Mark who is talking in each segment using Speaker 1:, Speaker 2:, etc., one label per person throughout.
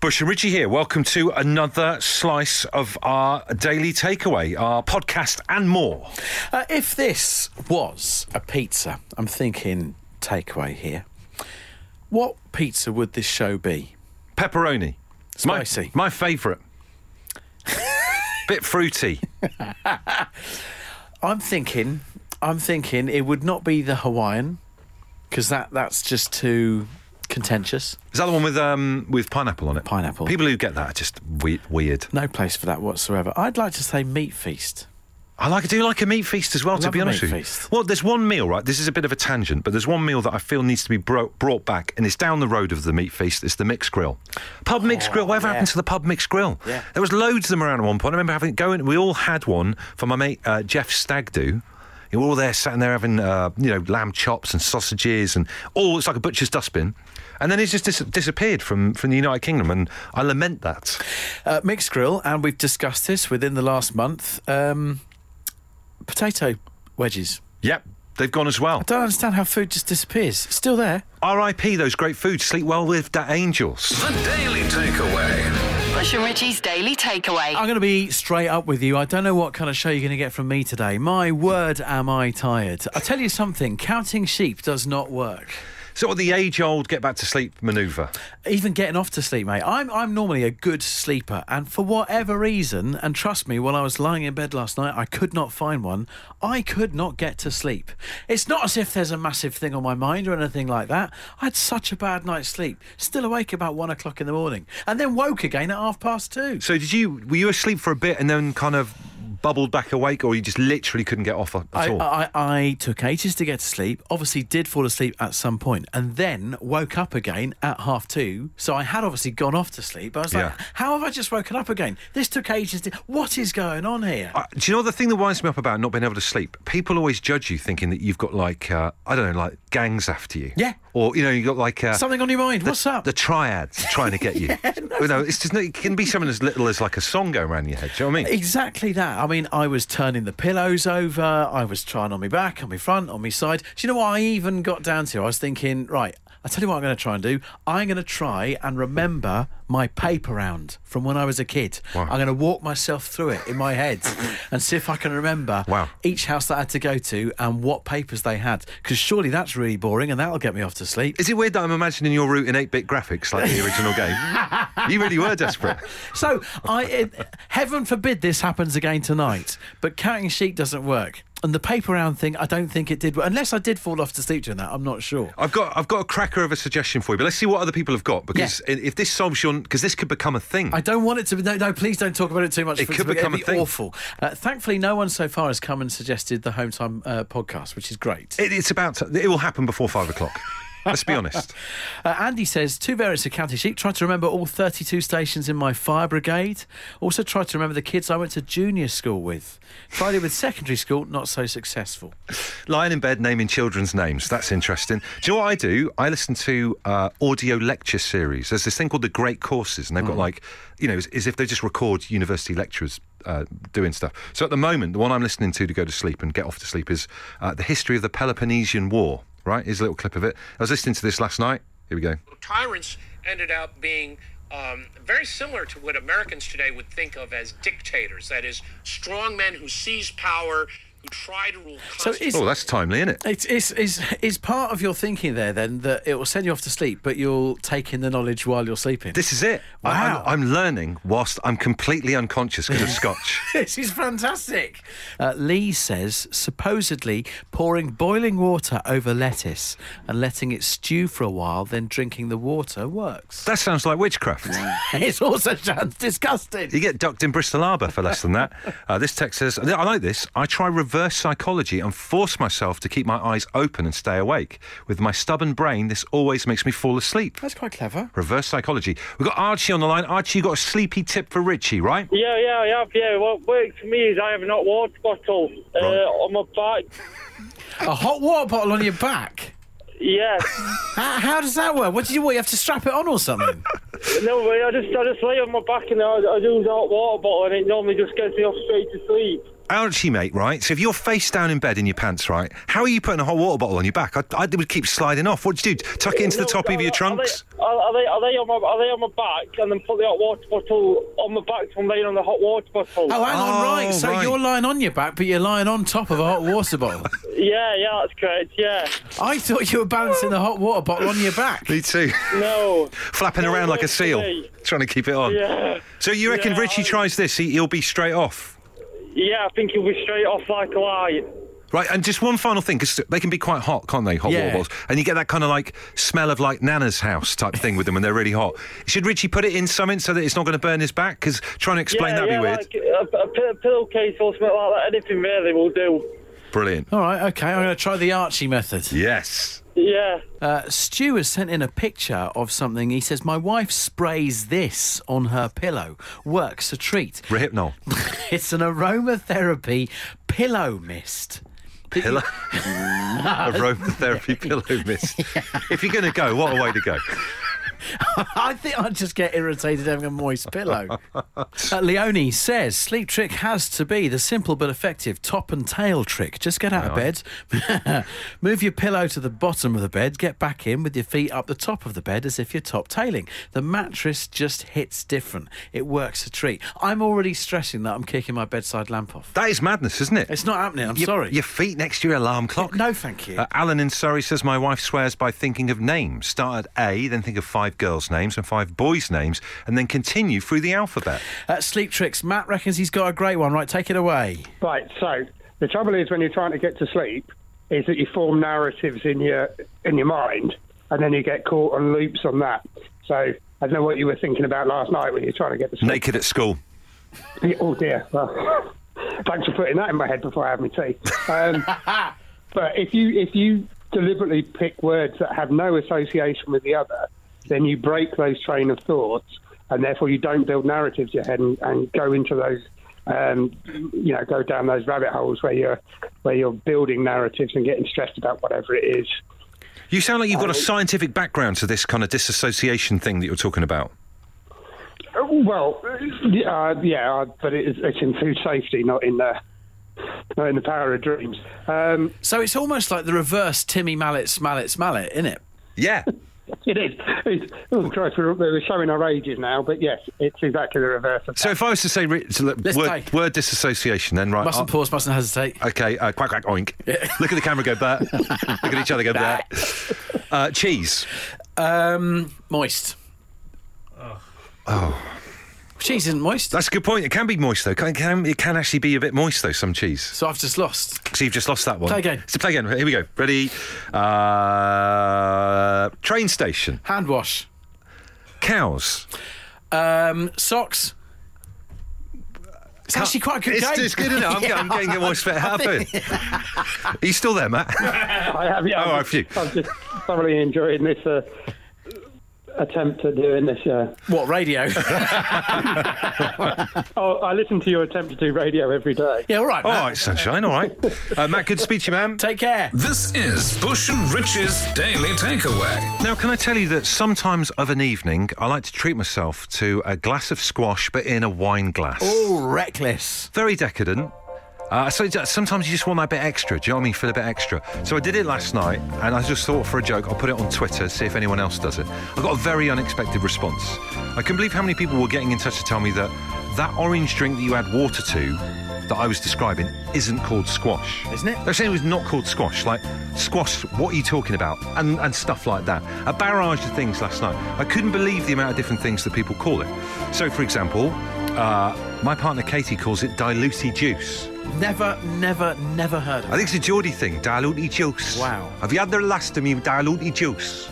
Speaker 1: Bush and Richie here. Welcome to another slice of our daily takeaway, our podcast and more.
Speaker 2: Uh, if this was a pizza, I'm thinking takeaway here. What pizza would this show be?
Speaker 1: Pepperoni. My-
Speaker 2: Spicy.
Speaker 1: My, favourite. Bit fruity.
Speaker 2: I'm thinking, I'm thinking it would not be the Hawaiian because that that's just too contentious.
Speaker 1: Is that the one with um with pineapple on it?
Speaker 2: Pineapple.
Speaker 1: People who get that are just we- weird.
Speaker 2: No place for that whatsoever. I'd like to say meat feast.
Speaker 1: I like I do like a meat feast as well. to
Speaker 2: love
Speaker 1: be
Speaker 2: a
Speaker 1: honest
Speaker 2: meat
Speaker 1: with you.
Speaker 2: feast.
Speaker 1: Well, there's one meal, right? This is a bit of a tangent, but there's one meal that I feel needs to be bro- brought back, and it's down the road of the meat feast. It's the mixed grill, pub mixed grill. Whatever
Speaker 2: Oh, yeah.
Speaker 1: happened to the pub mixed grill?
Speaker 2: Yeah.
Speaker 1: There was loads of them around at one point. I remember having going. We all had one for my mate uh, Jeff Stagdo. We were all there, sat in there having uh, you know lamb chops and sausages and all. It's like a butcher's dustbin. And then it's just dis- disappeared from, from the United Kingdom, and I lament that.
Speaker 2: Uh, mixed grill, and we've discussed this within the last month. Um, potato wedges.
Speaker 1: Yep, they've gone as well.
Speaker 2: I don't understand how food just disappears. It's still there.
Speaker 1: R.I.P. Those great foods. Sleep well with the angels.
Speaker 3: The Daily Takeaway.
Speaker 4: Bush and Richie's Daily Takeaway.
Speaker 2: I'm going to be straight up with you. I don't know what kind of show you're going to get from me today. My word, am I tired? I tell you something, counting sheep does not work.
Speaker 1: Sort of the age old get back to sleep manoeuvre.
Speaker 2: Even getting off to sleep, mate. I'm I'm normally a good sleeper, and for whatever reason, and trust me, while I was lying in bed last night, I could not find one. I could not get to sleep. It's not as if there's a massive thing on my mind or anything like that. I had such a bad night's sleep. Still awake about one o'clock in the morning, and then woke again at half past two.
Speaker 1: So did you were you asleep for a bit and then kind of bubbled back awake or you just literally couldn't get off at
Speaker 2: I, uh,
Speaker 1: all?
Speaker 2: I, I took ages to get to sleep. Obviously, did fall asleep at some point, and then woke up again at half two. So I had obviously gone off to sleep. I was like,
Speaker 1: Yeah.
Speaker 2: "How have I just woken up again? This took ages. To... What is going on here?"
Speaker 1: Uh, do you know the thing that winds me up about not being able to sleep? People always judge you thinking that you've got like uh, I don't know, like gangs after you.
Speaker 2: Yeah.
Speaker 1: Or you know you got like uh,
Speaker 2: Something on your mind?
Speaker 1: the-
Speaker 2: What's up?
Speaker 1: The triads trying to get you. you know, it's just not, it can be something as little as like a song going around your head. Do you know what I mean?
Speaker 2: Exactly that. I mean, I was turning the pillows over. I was trying on my back, on my front, on my side. Do you know what I even got down to? I was thinking, right, I tell you what I'm going to try and do. I'm going to try and remember my paper round from when I was a kid. I'm going to walk myself through it in my head and see if I can remember
Speaker 1: Wow.
Speaker 2: each house that I had to go to and what papers they had. Because surely that's really boring and that'll get me off to sleep.
Speaker 1: Is it weird that I'm imagining your route in 8 bit graphics like the original game? You really were desperate.
Speaker 2: So, I it, heaven forbid this happens again tonight. But counting sheep doesn't work, and the paper round thing, I don't think it did. work. Unless I did fall off to sleep during that, I'm not sure.
Speaker 1: I've got I've got a cracker of a suggestion for you, but let's see what other people have got because i if this solves your because this could become a thing.
Speaker 2: I don't want it to be. No, no, please don't talk about it too much.
Speaker 1: It
Speaker 2: for-
Speaker 1: could
Speaker 2: it'd
Speaker 1: become a
Speaker 2: be
Speaker 1: thing.
Speaker 2: Awful. Uh, thankfully, no one so far has come and suggested the Home Time uh, podcast, which is great.
Speaker 1: It, it's about to, it will happen before five o'clock. let's be honest.
Speaker 2: Uh, Andy says two variants of county sheep. Tried to remember all 32 stations in my fire brigade. Also tried to remember the kids I went to junior school with. Tried it with secondary school, not so successful.
Speaker 1: Lying in bed, naming children's names. That's interesting. Do you know what I do? I listen to uh, audio lecture series. There's this thing called the Great Courses, and they've got like, you know, as, as if they just record university lecturers uh, doing stuff. So at the moment, the one I'm listening to to go to sleep and get off to sleep is uh, the history of the Peloponnesian War. Right? Here's a little clip of it. I was listening to this last night. Here we go.
Speaker 5: tyrants ended up being um, very similar to what Americans today would think of as dictators. That is, strong men who seize power, who try to rule.
Speaker 2: So is,
Speaker 1: Oh, that's timely, isn't it?
Speaker 2: It's, it's, it's, it's part of your thinking there then that it will send you off to sleep, but you'll take in the knowledge while you're sleeping.
Speaker 1: This is it.
Speaker 2: Wow.
Speaker 1: I, am I'm learning whilst I'm completely unconscious because of scotch.
Speaker 2: This is fantastic. Uh, Lee says supposedly pouring boiling water over lettuce and letting it stew for a while, then drinking the water works.
Speaker 1: That sounds like witchcraft.
Speaker 2: it also sounds disgusting.
Speaker 1: You get ducked in Bristol Harbour for less than that. Uh, this text says, I like this. I try reverse psychology and force myself to keep my eyes open and stay awake. With my stubborn brain, this always makes me fall asleep.
Speaker 2: That's quite clever.
Speaker 1: Reverse psychology. We've got Archie on the line. Archie, you got a sleepy tip for Richie, right?
Speaker 6: Yeah, yeah, I have. Yeah, what works for me is I have an hot water bottle uh, on my back.
Speaker 2: A hot water bottle on your back.
Speaker 6: Yeah,
Speaker 2: How, how does that work? What do you what, You have to strap it on or something?
Speaker 6: No way. I just I just lay on my back and I, I do that water bottle and it normally just gets me off straight to sleep.
Speaker 1: Ouchie, mate, right? So if you're face down in bed in your pants, right, how are you putting a hot water bottle on your back? I, I would keep sliding off. What'd you do? Tuck it into the
Speaker 6: No,
Speaker 1: top
Speaker 6: I-
Speaker 1: of your
Speaker 6: I-
Speaker 1: trunks?
Speaker 6: I, I, lay, I, lay on my, I lay on my back and then put the hot water bottle on my back so I'm laying on the hot water bottle.
Speaker 2: Oh, hang
Speaker 1: Oh,
Speaker 2: on, right. So
Speaker 1: right.
Speaker 2: you're lying on your back, but you're lying on top of a hot water bottle.
Speaker 6: Yeah, yeah, that's correct. Yeah.
Speaker 2: I thought you were balancing the hot water bottle on your back.
Speaker 1: Me too.
Speaker 6: No.
Speaker 1: Flapping
Speaker 6: No,
Speaker 1: around like a
Speaker 6: not
Speaker 1: seal,
Speaker 6: today.
Speaker 1: trying to keep it on.
Speaker 6: Yeah.
Speaker 1: So you reckon
Speaker 6: Yeah,
Speaker 1: Richie
Speaker 6: I-
Speaker 1: tries this, he, he'll be straight off?
Speaker 6: Yeah, I think he'll be straight off like a light.
Speaker 1: Right, and just one final thing, because they can be quite hot, can't they? Hot
Speaker 2: Yeah.
Speaker 1: water bottles. And you get that kind of like smell of like Nana's house type thing with them when they're really hot. Should Richie put it in something so that it's not going to burn his back? Because trying to explain
Speaker 6: yeah,
Speaker 1: that'd
Speaker 6: yeah,
Speaker 1: be weird.
Speaker 6: Like a, a pill- pillowcase or something like that. Anything really will do.
Speaker 1: Brilliant.
Speaker 2: All right, okay. I'm going to try the Archie method.
Speaker 1: Yes.
Speaker 6: Yeah.
Speaker 2: Uh, Stu has sent in a picture of something. He says, My wife sprays this on her pillow. Works a treat.
Speaker 1: Rehypnol.
Speaker 2: It's an aromatherapy pillow mist.
Speaker 1: pillow. Aromatherapy pillow mist. If you're going to go, what a way to go.
Speaker 2: I think I'd just get irritated having a moist pillow. uh, Leonie says sleep trick has to be the simple but effective top and tail trick. Just get out of bed, move your pillow to the bottom of the bed, get back in with your feet up the top of the bed as if you're top tailing. The mattress just hits different. It works a treat. I'm already stressing that I'm kicking my bedside lamp off.
Speaker 1: That is madness, isn't it?
Speaker 2: It's not happening. I'm
Speaker 1: your,
Speaker 2: sorry.
Speaker 1: Your feet next to your alarm clock.
Speaker 2: no, thank you.
Speaker 1: Uh, Alan in Surrey says my wife swears by thinking of names. Start at A, then think of five girls' names and five boys' names, and then continue through the alphabet.
Speaker 2: Uh, sleep tricks. Matt reckons he's got a great one. Right, take it away.
Speaker 7: Right. So the trouble is when you're trying to get to sleep, is that you form narratives in your in your mind, and then you get caught on loops on that. So I don't know what you were thinking about last night when you're trying to get to sleep.
Speaker 1: Naked at school.
Speaker 7: Oh dear. Well, thanks for putting that in my head before I have my tea. Um, but if you if you deliberately pick words that have no association with the other, then you break those train of thoughts, and therefore you don't build narratives in your head and, and go into those. Um, you know, go down those rabbit holes where you're where you're building narratives and getting stressed about whatever it is.
Speaker 1: You sound like you've got a scientific background to this kind of disassociation thing that you're talking about.
Speaker 7: Oh, Well, uh, yeah, uh, but it is, it's in food safety, not in the not in the power of dreams. Um,
Speaker 2: So it's almost like the reverse Timmy Mallet, Smallet, Smallet, isn't it?
Speaker 1: Yeah.
Speaker 7: It is. It's, oh, Christ, we're, we're showing our ages now, but yes, it's exactly the reverse of
Speaker 1: So if I was to say re- to look-
Speaker 2: Let's
Speaker 1: word,
Speaker 2: take-
Speaker 1: word disassociation, then right.
Speaker 2: Mustn't
Speaker 1: I-
Speaker 2: pause, mustn't hesitate.
Speaker 1: Okay, uh, quack, quack, oink. Look at the camera go, Bert. Look at each other go, Bert. Uh, cheese.
Speaker 2: Um, moist. Oh. Cheese isn't moist.
Speaker 1: That's a good point. It can be moist, though. Can, can, it can actually be a bit moist, though, some cheese.
Speaker 2: so I've just lost.
Speaker 1: So you've just lost that one.
Speaker 2: Play again.
Speaker 1: So play again. Here we go. Ready? Uh, train station.
Speaker 2: Hand wash.
Speaker 1: Cows.
Speaker 2: Um, socks. It's actually quite a good
Speaker 1: it's,
Speaker 2: game.
Speaker 1: It's good enough. I'm, getting- I'm getting a moist fit. How are you still there, Matt?
Speaker 7: that. I have, yeah,
Speaker 1: Oh,
Speaker 7: I'm,
Speaker 1: a few.
Speaker 7: just, I'm just thoroughly enjoying this uh, attempt at doing this. Uh,
Speaker 2: What radio?
Speaker 7: oh, I listen to your attempt to do radio every day.
Speaker 2: yeah, all right.
Speaker 1: all
Speaker 2: Matt.
Speaker 1: right, sunshine. All right. Uh, Matt, good to speak to you, man.
Speaker 2: Take care.
Speaker 3: This is Bush and Rich's Daily Takeaway.
Speaker 1: Now, can I tell you that sometimes of an evening, I like to treat myself to a glass of squash, but in a wine glass.
Speaker 2: All reckless.
Speaker 1: Very decadent. Uh, so it's- sometimes you just want that bit extra. Do you know what I mean? Feel a bit extra. So I did it last night, and I just thought for a joke, I'll put it on Twitter, see if anyone else does it. I got a very unexpected response. I couldn't believe how many people were getting in touch to tell me that that orange drink that you add water to, that I was describing, isn't called squash,
Speaker 2: Isn't it?
Speaker 1: They're saying it was not called squash. Like squash, what are you talking about? And and stuff like that. A barrage of things last night. I couldn't believe the amount of different things that people call it. So, for example, uh, my partner Katie calls it diluted juice.
Speaker 2: Never, never, never heard of
Speaker 1: I think it's a Geordie thing, diluted juice.
Speaker 2: Wow.
Speaker 1: Have you had their last time you diluted juice?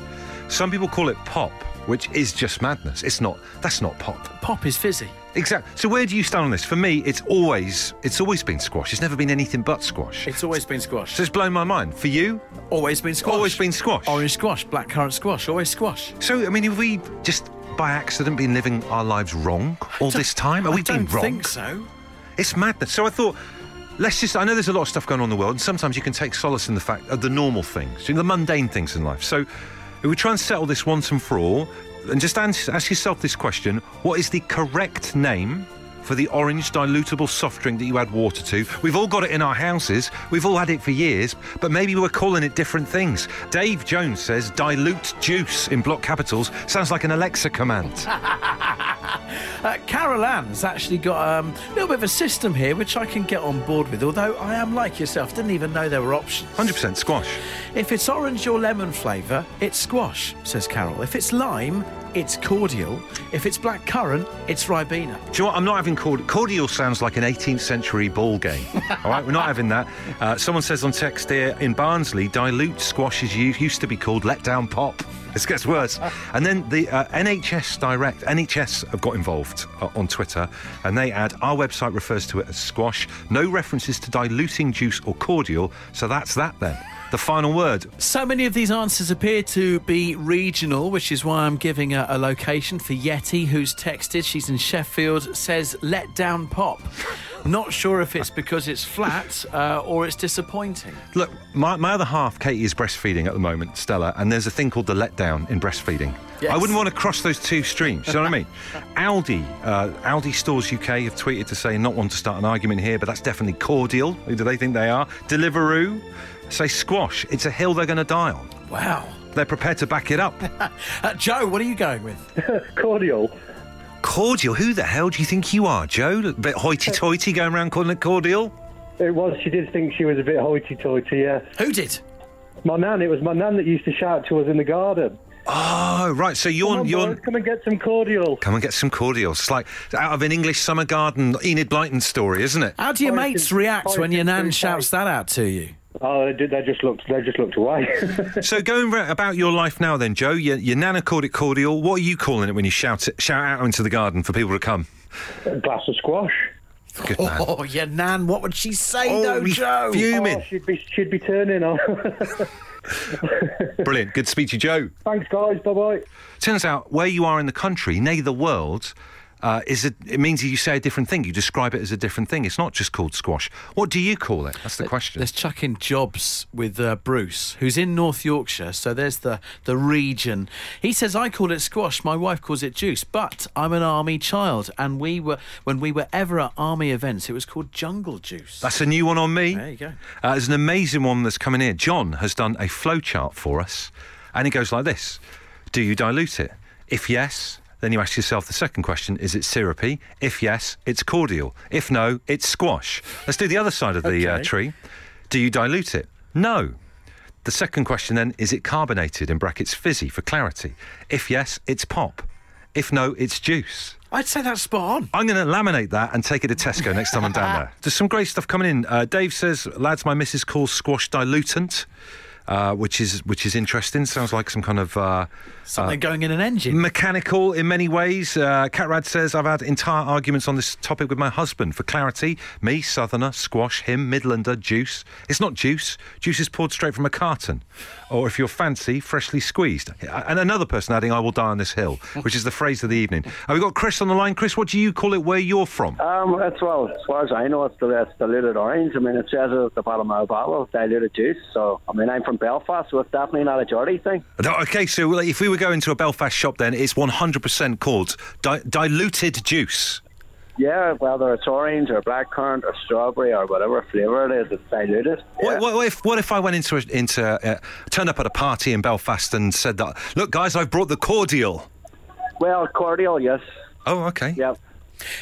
Speaker 1: Some people call it pop, which is just madness. It's not. That's not pop.
Speaker 2: Pop is fizzy.
Speaker 1: Exactly. So where do you stand on this? For me, it's always it's always been squash. It's never been anything but squash.
Speaker 2: It's always been squash.
Speaker 1: so it's blown my mind. For you,
Speaker 2: Always been squash.
Speaker 1: always been squash.
Speaker 2: Orange squash, blackcurrant squash, always squash.
Speaker 1: So, I mean, have we just by accident been living our lives wrong all this time? Have we
Speaker 2: I
Speaker 1: been
Speaker 2: don't
Speaker 1: wrong?
Speaker 2: think so.
Speaker 1: It's madness. So I thought, let's just. I know there's a lot of stuff going on in the world, and sometimes you can take solace in the fact of the normal things, you know, the mundane things in life. So if we try and settle this once and for all, And just ans- ask yourself this question What is the correct name for the orange dilutable soft drink that you add water to? We've all got it in our houses, we've all had it for years, but maybe we're calling it different things. Dave Jones says dilute juice in block capitals sounds like an Alexa command.
Speaker 2: Uh, Carol Ann's actually got um, a little bit of a system here, which I can get on board with, although I am like yourself, didn't even know there were options.
Speaker 1: 100% squash.
Speaker 2: If it's orange or lemon flavour, it's squash, says Carol. If it's lime, it's cordial. If it's black currant, it's ribena.
Speaker 1: Do you know what? I'm not having cordial. Cordial sounds like an 18th century ball game. All right, we're not having that. Uh, someone says on text here in Barnsley, dilute squash is u- used to be called let down pop. This gets worse. And then the uh, NHS Direct, NHS have got involved uh, on Twitter, and they add our website refers to it as squash. No references to diluting juice or cordial. So that's that then. The final word.
Speaker 2: So many of these answers appear to be regional, which is why I'm giving a, a location for Yeti, who's texted. She's in Sheffield, says let down pop. Not sure if it's because it's flat uh, or it's disappointing.
Speaker 1: Look, my, my other half, Katie, is breastfeeding at the moment, Stella, and there's a thing called the letdown in breastfeeding. I wouldn't want to cross those two streams. You know what I mean? Aldi, uh, Aldi Stores UK have tweeted to say not want to start an argument here, but that's definitely cordial. Who do they think they are? Deliveroo say squash. It's a hill they're going to die on.
Speaker 2: Wow.
Speaker 1: They're prepared to back it up.
Speaker 2: Uh, Joe, what are you going with?
Speaker 7: Cordial.
Speaker 1: cordial? Who the hell do you think you are, Joe? A bit hoity-toity going around calling it cordial?
Speaker 7: It was. She did think she was a bit hoity-toity. Yeah.
Speaker 2: Who did?
Speaker 7: My nan. It was my nan that used to shout to us in the garden.
Speaker 1: Oh, right. So you're
Speaker 7: Come on,
Speaker 1: you're
Speaker 7: boys, come and get some cordial.
Speaker 1: Come and get some cordials. It's like out of an English summer garden Enid Blyton story, isn't it?
Speaker 2: How do your
Speaker 7: Boris
Speaker 2: mates
Speaker 7: is-
Speaker 2: react
Speaker 7: Boris
Speaker 2: when your
Speaker 7: is
Speaker 2: nan
Speaker 7: too
Speaker 2: shouts that out to you?
Speaker 7: Oh, they, did- they just looked. They just looked away.
Speaker 1: So going ra- about your life now, then, Joe. Your, your nana called it cordial. What are you calling it when you shout it, shout out into the garden for people to come?
Speaker 7: a glass of squash.
Speaker 1: Good man.
Speaker 2: Oh, your nan, what would she say, though,
Speaker 1: Oh, he's
Speaker 2: Joe?
Speaker 1: fuming.
Speaker 7: Oh, she'd be. She'd be turning on. Oh.
Speaker 1: Brilliant. Good to speak to you, Joe.
Speaker 7: Thanks, guys. Bye bye.
Speaker 1: Turns out where you are in the country, nay the world, uh, is a, it means you say a different thing. You describe it as a different thing. It's not just called squash. What do you call it? That's the question.
Speaker 2: Let's chuck in Jobs with uh, Bruce, who's in North Yorkshire. So there's the, the region. He says, I call it squash, my wife calls it juice, but I'm an army child. And we were when we were ever at army events, it was called jungle juice.
Speaker 1: That's a new one on me.
Speaker 2: There you go.
Speaker 1: Uh, there's an amazing one that's coming here. John has done a flowchart for us, and it goes like this Do you dilute it? If yes, then you ask yourself the second question Is it syrupy? If yes, it's cordial. If no, it's squash. Let's do the other side of the uh,
Speaker 2: Okay.
Speaker 1: tree. Do you dilute it? No. The second question then is it carbonated, in brackets fizzy for clarity? If yes, it's pop. If no, it's juice.
Speaker 2: I'd say that's spot on.
Speaker 1: I'm going to laminate that and take it to Tesco next time I'm down there. There's some great stuff coming in. Uh, Dave says, lads, my missus calls squash dilutant, uh, which is which is interesting. Sounds like some kind of. Uh,
Speaker 2: Something going in an engine.
Speaker 1: Mechanical in many ways. Uh, Catrad says, I've had entire arguments on this topic with my husband. For clarity, me, southerner, squash, him, midlander, juice. It's not juice. Juice is poured straight from a carton. Or if you're fancy, freshly squeezed. Uh, And another person adding, I will die on this hill, which is the phrase of the evening. Uh, we've got Chris on the line. Chris, what do you call it where you're from?
Speaker 8: Um, that's well, as far as I know, it's the, it's diluted orange. I mean, it says it at the bottom of the bottle, diluted juice. So, I mean, I'm from Belfast, so it's definitely not a Geordie thing.
Speaker 1: No, Okay, so well, if we were going to a Belfast shop, then it's 100% called di- diluted juice.
Speaker 8: Yeah, whether it's orange or blackcurrant or strawberry or whatever flavour it is, it's diluted.
Speaker 1: What, what, what if what if I went into a, into uh, turned up at a party in Belfast and said that look guys I've brought the cordial.
Speaker 8: Well, cordial, yes.
Speaker 1: Oh okay.
Speaker 8: Yep.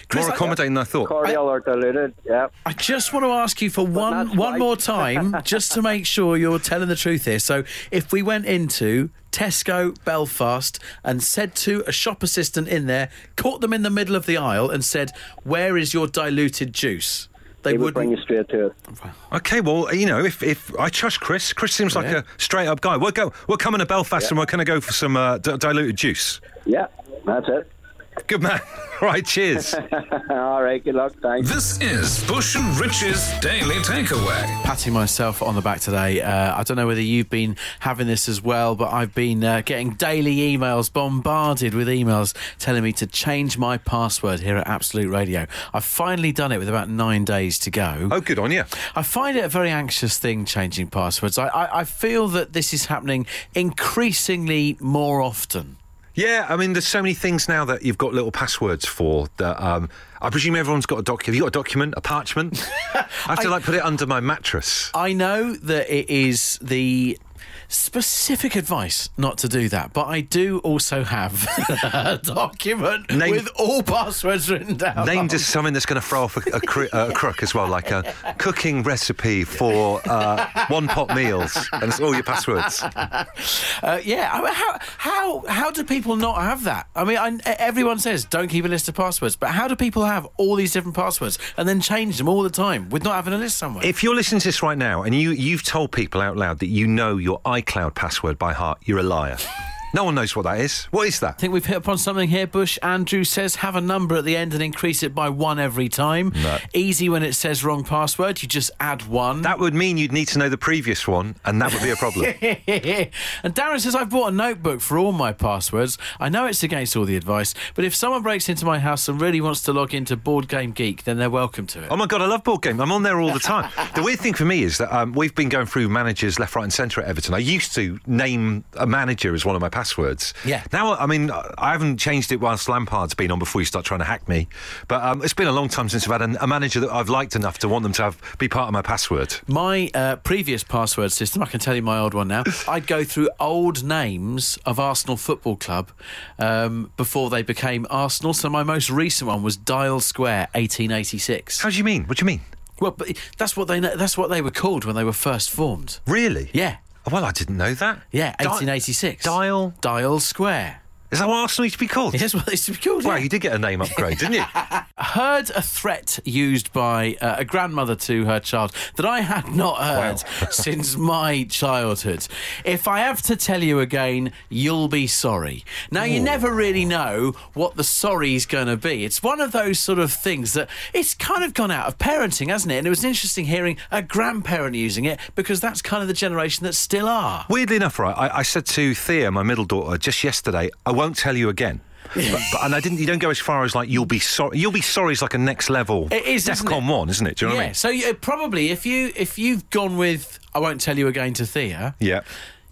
Speaker 2: Chris, I-
Speaker 1: More accommodating than Oh, I thought.
Speaker 8: Cordial or diluted, yep.
Speaker 2: I just want to ask you for one
Speaker 8: that's
Speaker 2: one
Speaker 8: right.
Speaker 2: more time, just to make sure you're telling the truth here. So, if we went into Tesco Belfast and said to a shop assistant in there, caught them in the middle of the aisle and said, "Where is your diluted juice?" They
Speaker 8: It would
Speaker 2: would.
Speaker 8: bring you straight to it.
Speaker 1: Okay, well you know if, if I trust Chris, Chris seems like
Speaker 2: Yeah.
Speaker 1: a straight up guy. We're go we're coming to Belfast and we're going to go for some uh, d- diluted juice.
Speaker 8: Yeah, that's it.
Speaker 1: Good man. right, cheers.
Speaker 8: All right, good luck. Thanks.
Speaker 3: This is Bush and Rich's Daily Takeaway.
Speaker 2: patting myself on the back today. Uh, I don't know whether you've been having this as well, but I've been uh, getting daily emails, bombarded with emails telling me to change my password here at Absolute Radio. I've finally done it with about nine days to go.
Speaker 1: oh, good on you.
Speaker 2: I find it a very anxious thing changing passwords. I, I, I feel that this is happening increasingly more often.
Speaker 1: Yeah, I mean, there's so many things now that you've got little passwords for. That um, I presume everyone's got a document. Have you got a document, a parchment? I have to like put it under my mattress.
Speaker 2: I know that it is the specific advice not to do that, but I do also have a document
Speaker 1: Name-
Speaker 2: with all passwords written down.
Speaker 1: Name just something that's going to throw off a, a, cr- a crook as well, like a cooking recipe for uh, one pot meals, and it's all your passwords.
Speaker 2: Uh, yeah, I mean, how how how do people not have that? I mean, I, everyone says don't keep a list of passwords, but how do people have all these different passwords and then change them all the time with not having a list somewhere?
Speaker 1: If you're listening to this right now and you, you've told people out loud that you know your iCloud password by heart, you're a liar. No one knows what that is. What is that?
Speaker 2: I think we've hit upon something here, Bush. Andrew says have a number at the end and increase it by one every time. Easy when it says wrong password, you just add one.
Speaker 1: That would mean you'd need to know the previous one, and that would be a problem.
Speaker 2: and Darren says, I've bought a notebook for all my passwords. I know it's against all the advice, but if someone breaks into my house and really wants to log into Board Game Geek, then they're welcome to it.
Speaker 1: Oh my god, I love board game. I'm on there all the time. the weird thing for me is that um, we've been going through managers left, right, and centre at Everton. I used to name a manager as one of my passwords.
Speaker 2: Yeah.
Speaker 1: Now, I mean, I haven't changed it whilst Lampard's been on before you start trying to hack me. But um, it's been a long time since I've had a, a manager that I've liked enough to want them to have be part of my password.
Speaker 2: My uh, previous password system, I can tell you my old one now, I'd go through old names of Arsenal Football Club um, before they became Arsenal. So my most recent one was Dial Square 1886.
Speaker 1: How do you mean? What do you mean?
Speaker 2: Well, but that's what they that's what they were called when they were first formed.
Speaker 1: Really?
Speaker 2: Yeah.
Speaker 1: Well, I didn't know that.
Speaker 2: Yeah,
Speaker 1: Di-
Speaker 2: 1886.
Speaker 1: Dial.
Speaker 2: Dial Square.
Speaker 1: Is that what Arsenal used to be called?
Speaker 2: Here's what they used to be called.
Speaker 1: Wow,
Speaker 2: yeah.
Speaker 1: you did get a name upgrade, didn't you?
Speaker 2: heard a threat used by uh, a grandmother to her child that I had not heard since my childhood. If I have to tell you again, you'll be sorry. Now, you never really know what the sorry's going to be. It's one of those sort of things that it's kind of gone out of parenting, hasn't it? And it was interesting hearing a grandparent using it because that's kind of the generation that still are.
Speaker 1: Weirdly enough, right, I, I said to Thea, my middle daughter, just yesterday, I won't tell you again. but, but- and I didn't. You don't go as far as like you'll be sorry. You'll be sorry is like a next level.
Speaker 2: It is, isn't
Speaker 1: DEFCON
Speaker 2: it?
Speaker 1: one, isn't it? Do you know
Speaker 2: yeah, so you, probably if you if you've gone with I won't tell you again to Thea,
Speaker 1: what I mean? Yeah.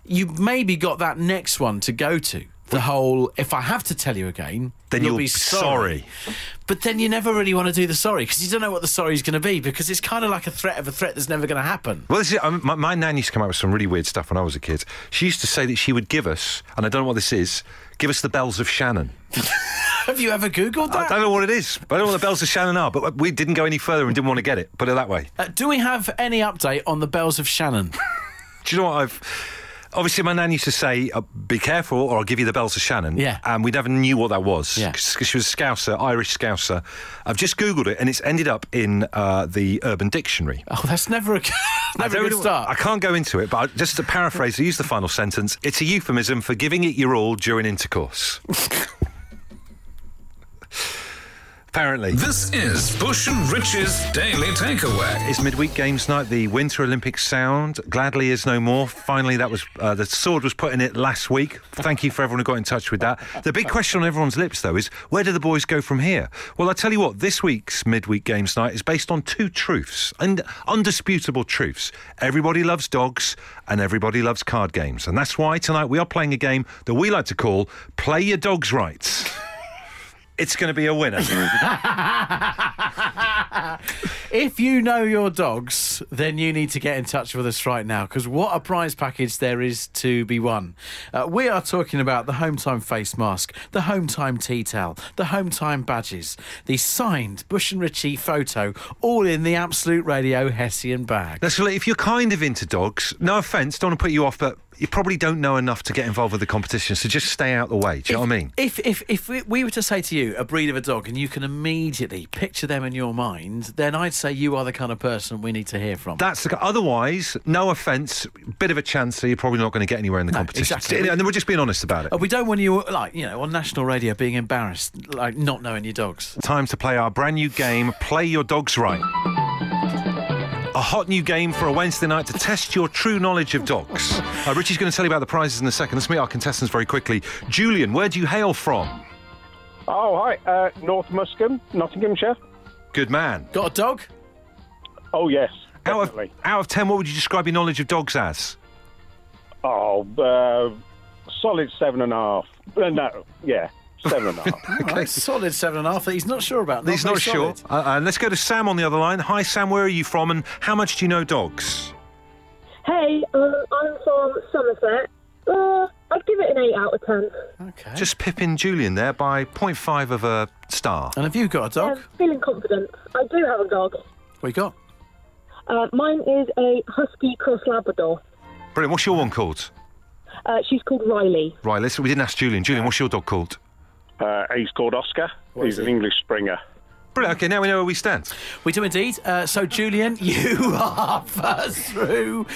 Speaker 2: you maybe got that next one to go to. The whole, if I have to tell you again,
Speaker 1: Then
Speaker 2: you'll,
Speaker 1: you'll
Speaker 2: be
Speaker 1: be
Speaker 2: sorry.
Speaker 1: sorry.
Speaker 2: But then you never really want to do the sorry because you don't know what the sorry is going to be because it's kind of like a threat of a threat that's never going to happen.
Speaker 1: Well, this is, um, my, my nan used to come out with some really weird stuff when I was a kid. She used to say that she would give us, and I don't know what this is, give us the bells of Shannon.
Speaker 2: Have you ever Googled
Speaker 1: I
Speaker 2: that?
Speaker 1: don't know what it is. But I don't know what the bells of Shannon are. But we didn't go any further and didn't want to get it. Put it that way.
Speaker 2: Uh, do we have any update on the Bells of Shannon?
Speaker 1: Do you know what I've? Obviously, my nan used to say, uh, "Be careful, or I'll give you the bells of Shannon."
Speaker 2: Yeah.
Speaker 1: and we never knew what that was.
Speaker 2: Yeah.
Speaker 1: 'cause- 'cause she was a Scouser, Irish Scouser. I've just googled it, and it's ended up in uh, the Urban Dictionary.
Speaker 2: Oh, that's never a,
Speaker 1: I
Speaker 2: never a
Speaker 1: don't
Speaker 2: good
Speaker 1: know-
Speaker 2: start.
Speaker 1: I can't go into it, but I, just to paraphrase, I use the final sentence. It's a euphemism for giving it your all during intercourse. Apparently.
Speaker 3: This is Bush and Rich's Daily Takeaway.
Speaker 1: Uh, It's midweek games night. The Winter Olympic sound gladly is no more. Finally, that was uh, the sword was put in it last week. Thank you for everyone who got in touch with that. The big question on everyone's lips, though, is where do the boys go from here? Well, I tell you what, this week's midweek games night is based on two truths and undisputable truths. Everybody loves dogs and everybody loves card games, and that's why tonight we are playing a game that we like to call "Play Your Dogs Right." it's going to be a winner.
Speaker 2: If you know your dogs, then you need to get in touch with us right now because what a prize package there is to be won. Uh, we are talking about the home time face mask, the home time tea towel, the home time badges, the signed Bush and Ritchie photo, all in the Absolute Radio Hessian bag.
Speaker 1: That's right. If you're kind of into dogs, no offence, don't want to put you off, but you probably don't know enough to get involved with the competition, so just stay out the way. Do you know what I mean?
Speaker 2: If if if we, we were to say to you a breed of a dog and you can immediately picture them in your mind, then I'd say you are the kind of person we need to hear from.
Speaker 1: That's the, otherwise, no offence, bit of a chance, so you're probably not going to get anywhere in the competition.
Speaker 2: exactly.
Speaker 1: And we're just being honest about it.
Speaker 2: Uh, we don't want you like you know on national radio being embarrassed like not knowing your dogs.
Speaker 1: Time to play our brand new game, Play Your Dogs Right. A hot new game for a Wednesday night to test your true knowledge of dogs. Uh, Richie's going to tell you about the prizes in a second. Let's meet our contestants very quickly. Julian, where do you hail from?
Speaker 6: Oh, hi. Uh, North Muscombe, Nottinghamshire.
Speaker 1: Good man.
Speaker 2: Got a dog?
Speaker 6: Oh, yes.
Speaker 1: Out of,
Speaker 6: Definitely.
Speaker 1: out of 10, what would you describe your knowledge of dogs as?
Speaker 6: Oh, uh, solid seven and a half.
Speaker 9: Uh, no, yeah, seven and a half.
Speaker 2: All right, solid seven and a half that he's not sure about.
Speaker 1: He's not
Speaker 2: very
Speaker 1: sure.
Speaker 2: solid.
Speaker 1: Uh, uh, let's go to Sam on the other line. Hi, Sam. Where are you from, and how much do you know dogs?
Speaker 10: Hey, um, I'm from Somerset. Uh, I'd give it an 8 out of 10.
Speaker 2: Okay.
Speaker 1: Just pipping Julian there by 0.5 of a star.
Speaker 2: and have you got a dog?
Speaker 10: I'm feeling confident. I do have a dog.
Speaker 2: What you got?
Speaker 10: Uh, mine is a Husky Cross Labrador.
Speaker 1: Brilliant. What's your one called?
Speaker 10: Uh, she's called Riley.
Speaker 1: Right, listen, we didn't ask Julian. Julian, what's your dog called?
Speaker 9: Uh, he's called Oscar. he's
Speaker 2: is
Speaker 9: an
Speaker 2: he?
Speaker 9: English Springer.
Speaker 1: Brilliant. Okay, now we know where we stand.
Speaker 2: We do indeed. Uh, so, Julian, you are first through.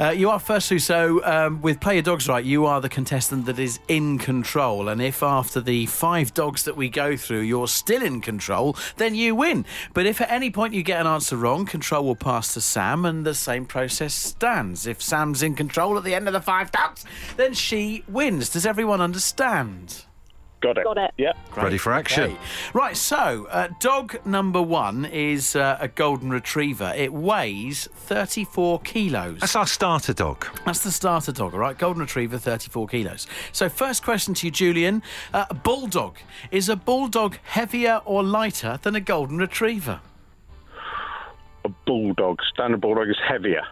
Speaker 2: Uh, you are first through. So, um, with Play Your Dogs Right, you are the contestant that is in control. And if after the five dogs that we go through, you're still in control, then you win. But if at any point you get an answer wrong, control will pass to Sam, and the same process stands. If Sam's in control at the end of the five dogs, then she wins. Does everyone understand?
Speaker 9: Got it.
Speaker 10: Got it.
Speaker 9: Yep.
Speaker 1: Ready for action.
Speaker 2: Okay. Right, so uh, dog number one is uh, a golden retriever. It weighs 34 kilos.
Speaker 1: That's our starter dog.
Speaker 2: That's the starter dog, all right? Golden retriever, 34 kilos. So, first question to you, Julian. Uh, a bulldog. Is a bulldog heavier or lighter than a golden retriever?
Speaker 9: A bulldog. Standard bulldog is heavier.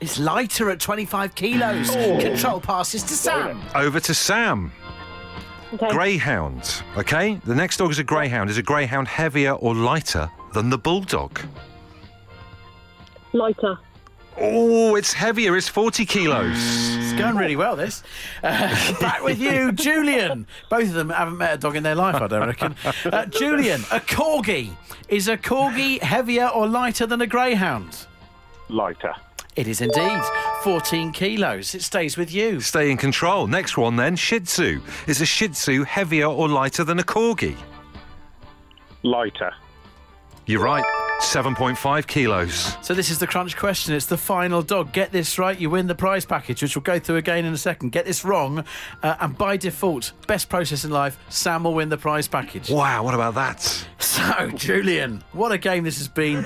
Speaker 2: It's lighter at 25 kilos. Control passes to Sam.
Speaker 1: Over to Sam.
Speaker 10: Okay.
Speaker 1: Greyhound. Okay, the next dog is a greyhound. Is a greyhound heavier or lighter than the bulldog?
Speaker 10: Lighter.
Speaker 1: Oh, it's heavier. It's 40 kilos.
Speaker 2: It's going really well, this. Uh, back with you, Julian. Both of them haven't met a dog in their life, I don't reckon. Uh, Julian, a corgi. Is a corgi heavier or lighter than a greyhound?
Speaker 9: Lighter.
Speaker 2: It is indeed. 14 kilos. It stays with you.
Speaker 1: Stay in control. Next one then, Shih Tzu. Is a Shih Tzu heavier or lighter than a corgi?
Speaker 9: Lighter.
Speaker 1: You're right. 7.5 kilos.
Speaker 2: So, this is the crunch question. It's the final dog. Get this right, you win the prize package, which we'll go through again in a second. Get this wrong, uh, and by default, best process in life, Sam will win the prize package.
Speaker 1: Wow, what about that?
Speaker 2: So, Julian, what a game this has been.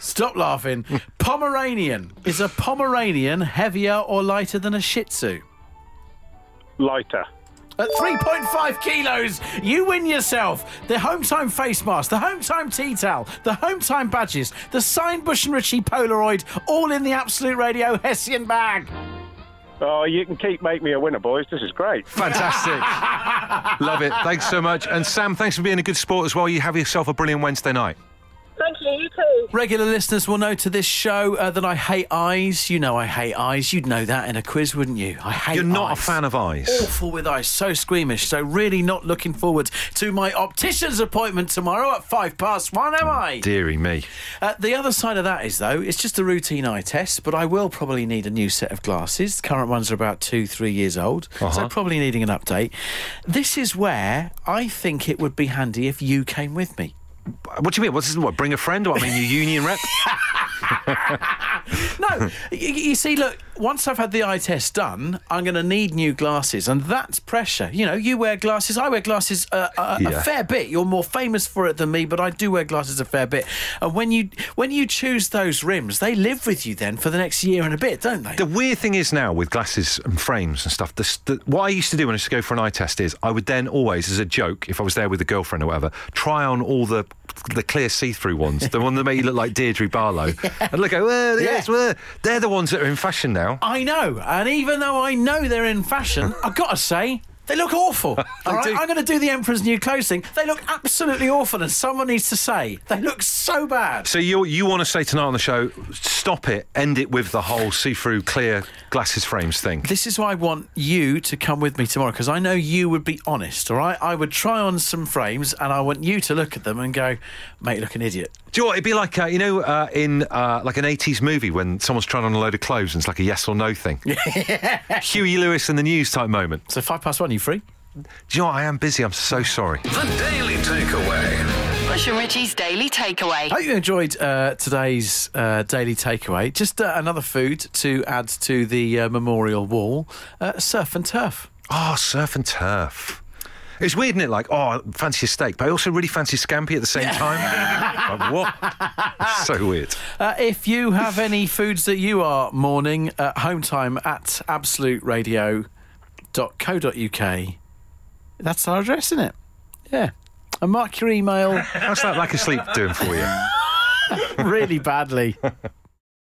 Speaker 2: Stop laughing. Pomeranian. Is a Pomeranian heavier or lighter than a Shih Tzu?
Speaker 9: Lighter.
Speaker 2: At 3.5 kilos, you win yourself the home time face mask, the home time tea towel, the home time badges, the signed Bush and Ritchie Polaroid, all in the Absolute Radio Hessian bag.
Speaker 9: Oh, you can keep make me a winner, boys. This is great.
Speaker 1: Fantastic. Love it. Thanks so much. And Sam, thanks for being a good sport as well. You have yourself a brilliant Wednesday night.
Speaker 10: Thank you. You too.
Speaker 2: Regular listeners will know to this show uh, that I hate eyes. You know I hate eyes. You'd know that in a quiz, wouldn't you? I hate
Speaker 1: You're not a
Speaker 2: eyes.
Speaker 1: fan of eyes.
Speaker 2: awful with eyes, so squeamish. So really not looking forward to my optician's appointment tomorrow at five past one, am I?
Speaker 1: Deary me.
Speaker 2: Uh, the other side of that is though, it's just a routine eye test, but I will probably need a new set of glasses. Current ones are about two, three years old, so probably needing an update. This is where I think it would be handy if you came with me.
Speaker 1: What do you mean? What's this? What, bring a friend? What, I mean, your union rep?
Speaker 2: No, y- y- you see, look, once I've had the eye test done, I'm going to need new glasses, and that's pressure. You know, you wear glasses, I wear glasses uh, a,
Speaker 1: Yeah.
Speaker 2: a fair bit. You're more famous for it than me, but I do wear glasses a fair bit. And when you when you choose those rims, they live with you then for the next year and a bit, don't they?
Speaker 1: The weird thing is now with glasses and frames and stuff, this, the, what I used to do when I used to go for an eye test is I would then always, as a joke, if I was there with a girlfriend or whatever, try on all the the clear see-through ones, the one that make you look like Deirdre Barlow, and look, at, "Whoa, look at
Speaker 2: Yeah.
Speaker 1: this, whoa." they're the ones that are in fashion now.
Speaker 2: I know, and even though I know they're in fashion, I've got to say. They look awful. All right,
Speaker 1: do.
Speaker 2: I'm going to do the Emperor's New Clothes thing. They look absolutely awful, and someone needs to say they look so bad.
Speaker 1: So you you want to say tonight on the show, stop it, end it with the whole see-through clear glasses frames thing.
Speaker 2: This is why I want you to come with me tomorrow because I know you would be honest, all right? I would try on some frames and I want you to look at them and go, mate, you look an idiot.
Speaker 1: Do you know what? It'd be like, uh, you know, uh, in uh, like an 80s movie when someone's trying on a load of clothes and it's like a yes or no thing. Huey Lewis in the news type moment.
Speaker 2: So, five past one, you free?
Speaker 1: Do you know what? I am busy. I'm so sorry.
Speaker 3: The Daily Takeaway.
Speaker 4: Bush and Richie's Daily Takeaway.
Speaker 2: Hope you enjoyed uh, today's uh, daily takeaway. Just uh, another food to add to the uh, memorial wall uh, surf and turf.
Speaker 1: Oh, surf and turf. It's weird, isn't it? Like, oh, I fancy a steak, but I also really fancy scampi at the same time. like, what? It's so weird.
Speaker 2: Uh, if you have any foods that you are mourning, uh, home time at absoluteradio.co.uk That's our address, isn't it? Yeah. And mark your email
Speaker 1: How's that lack of sleep doing for you?
Speaker 2: really badly.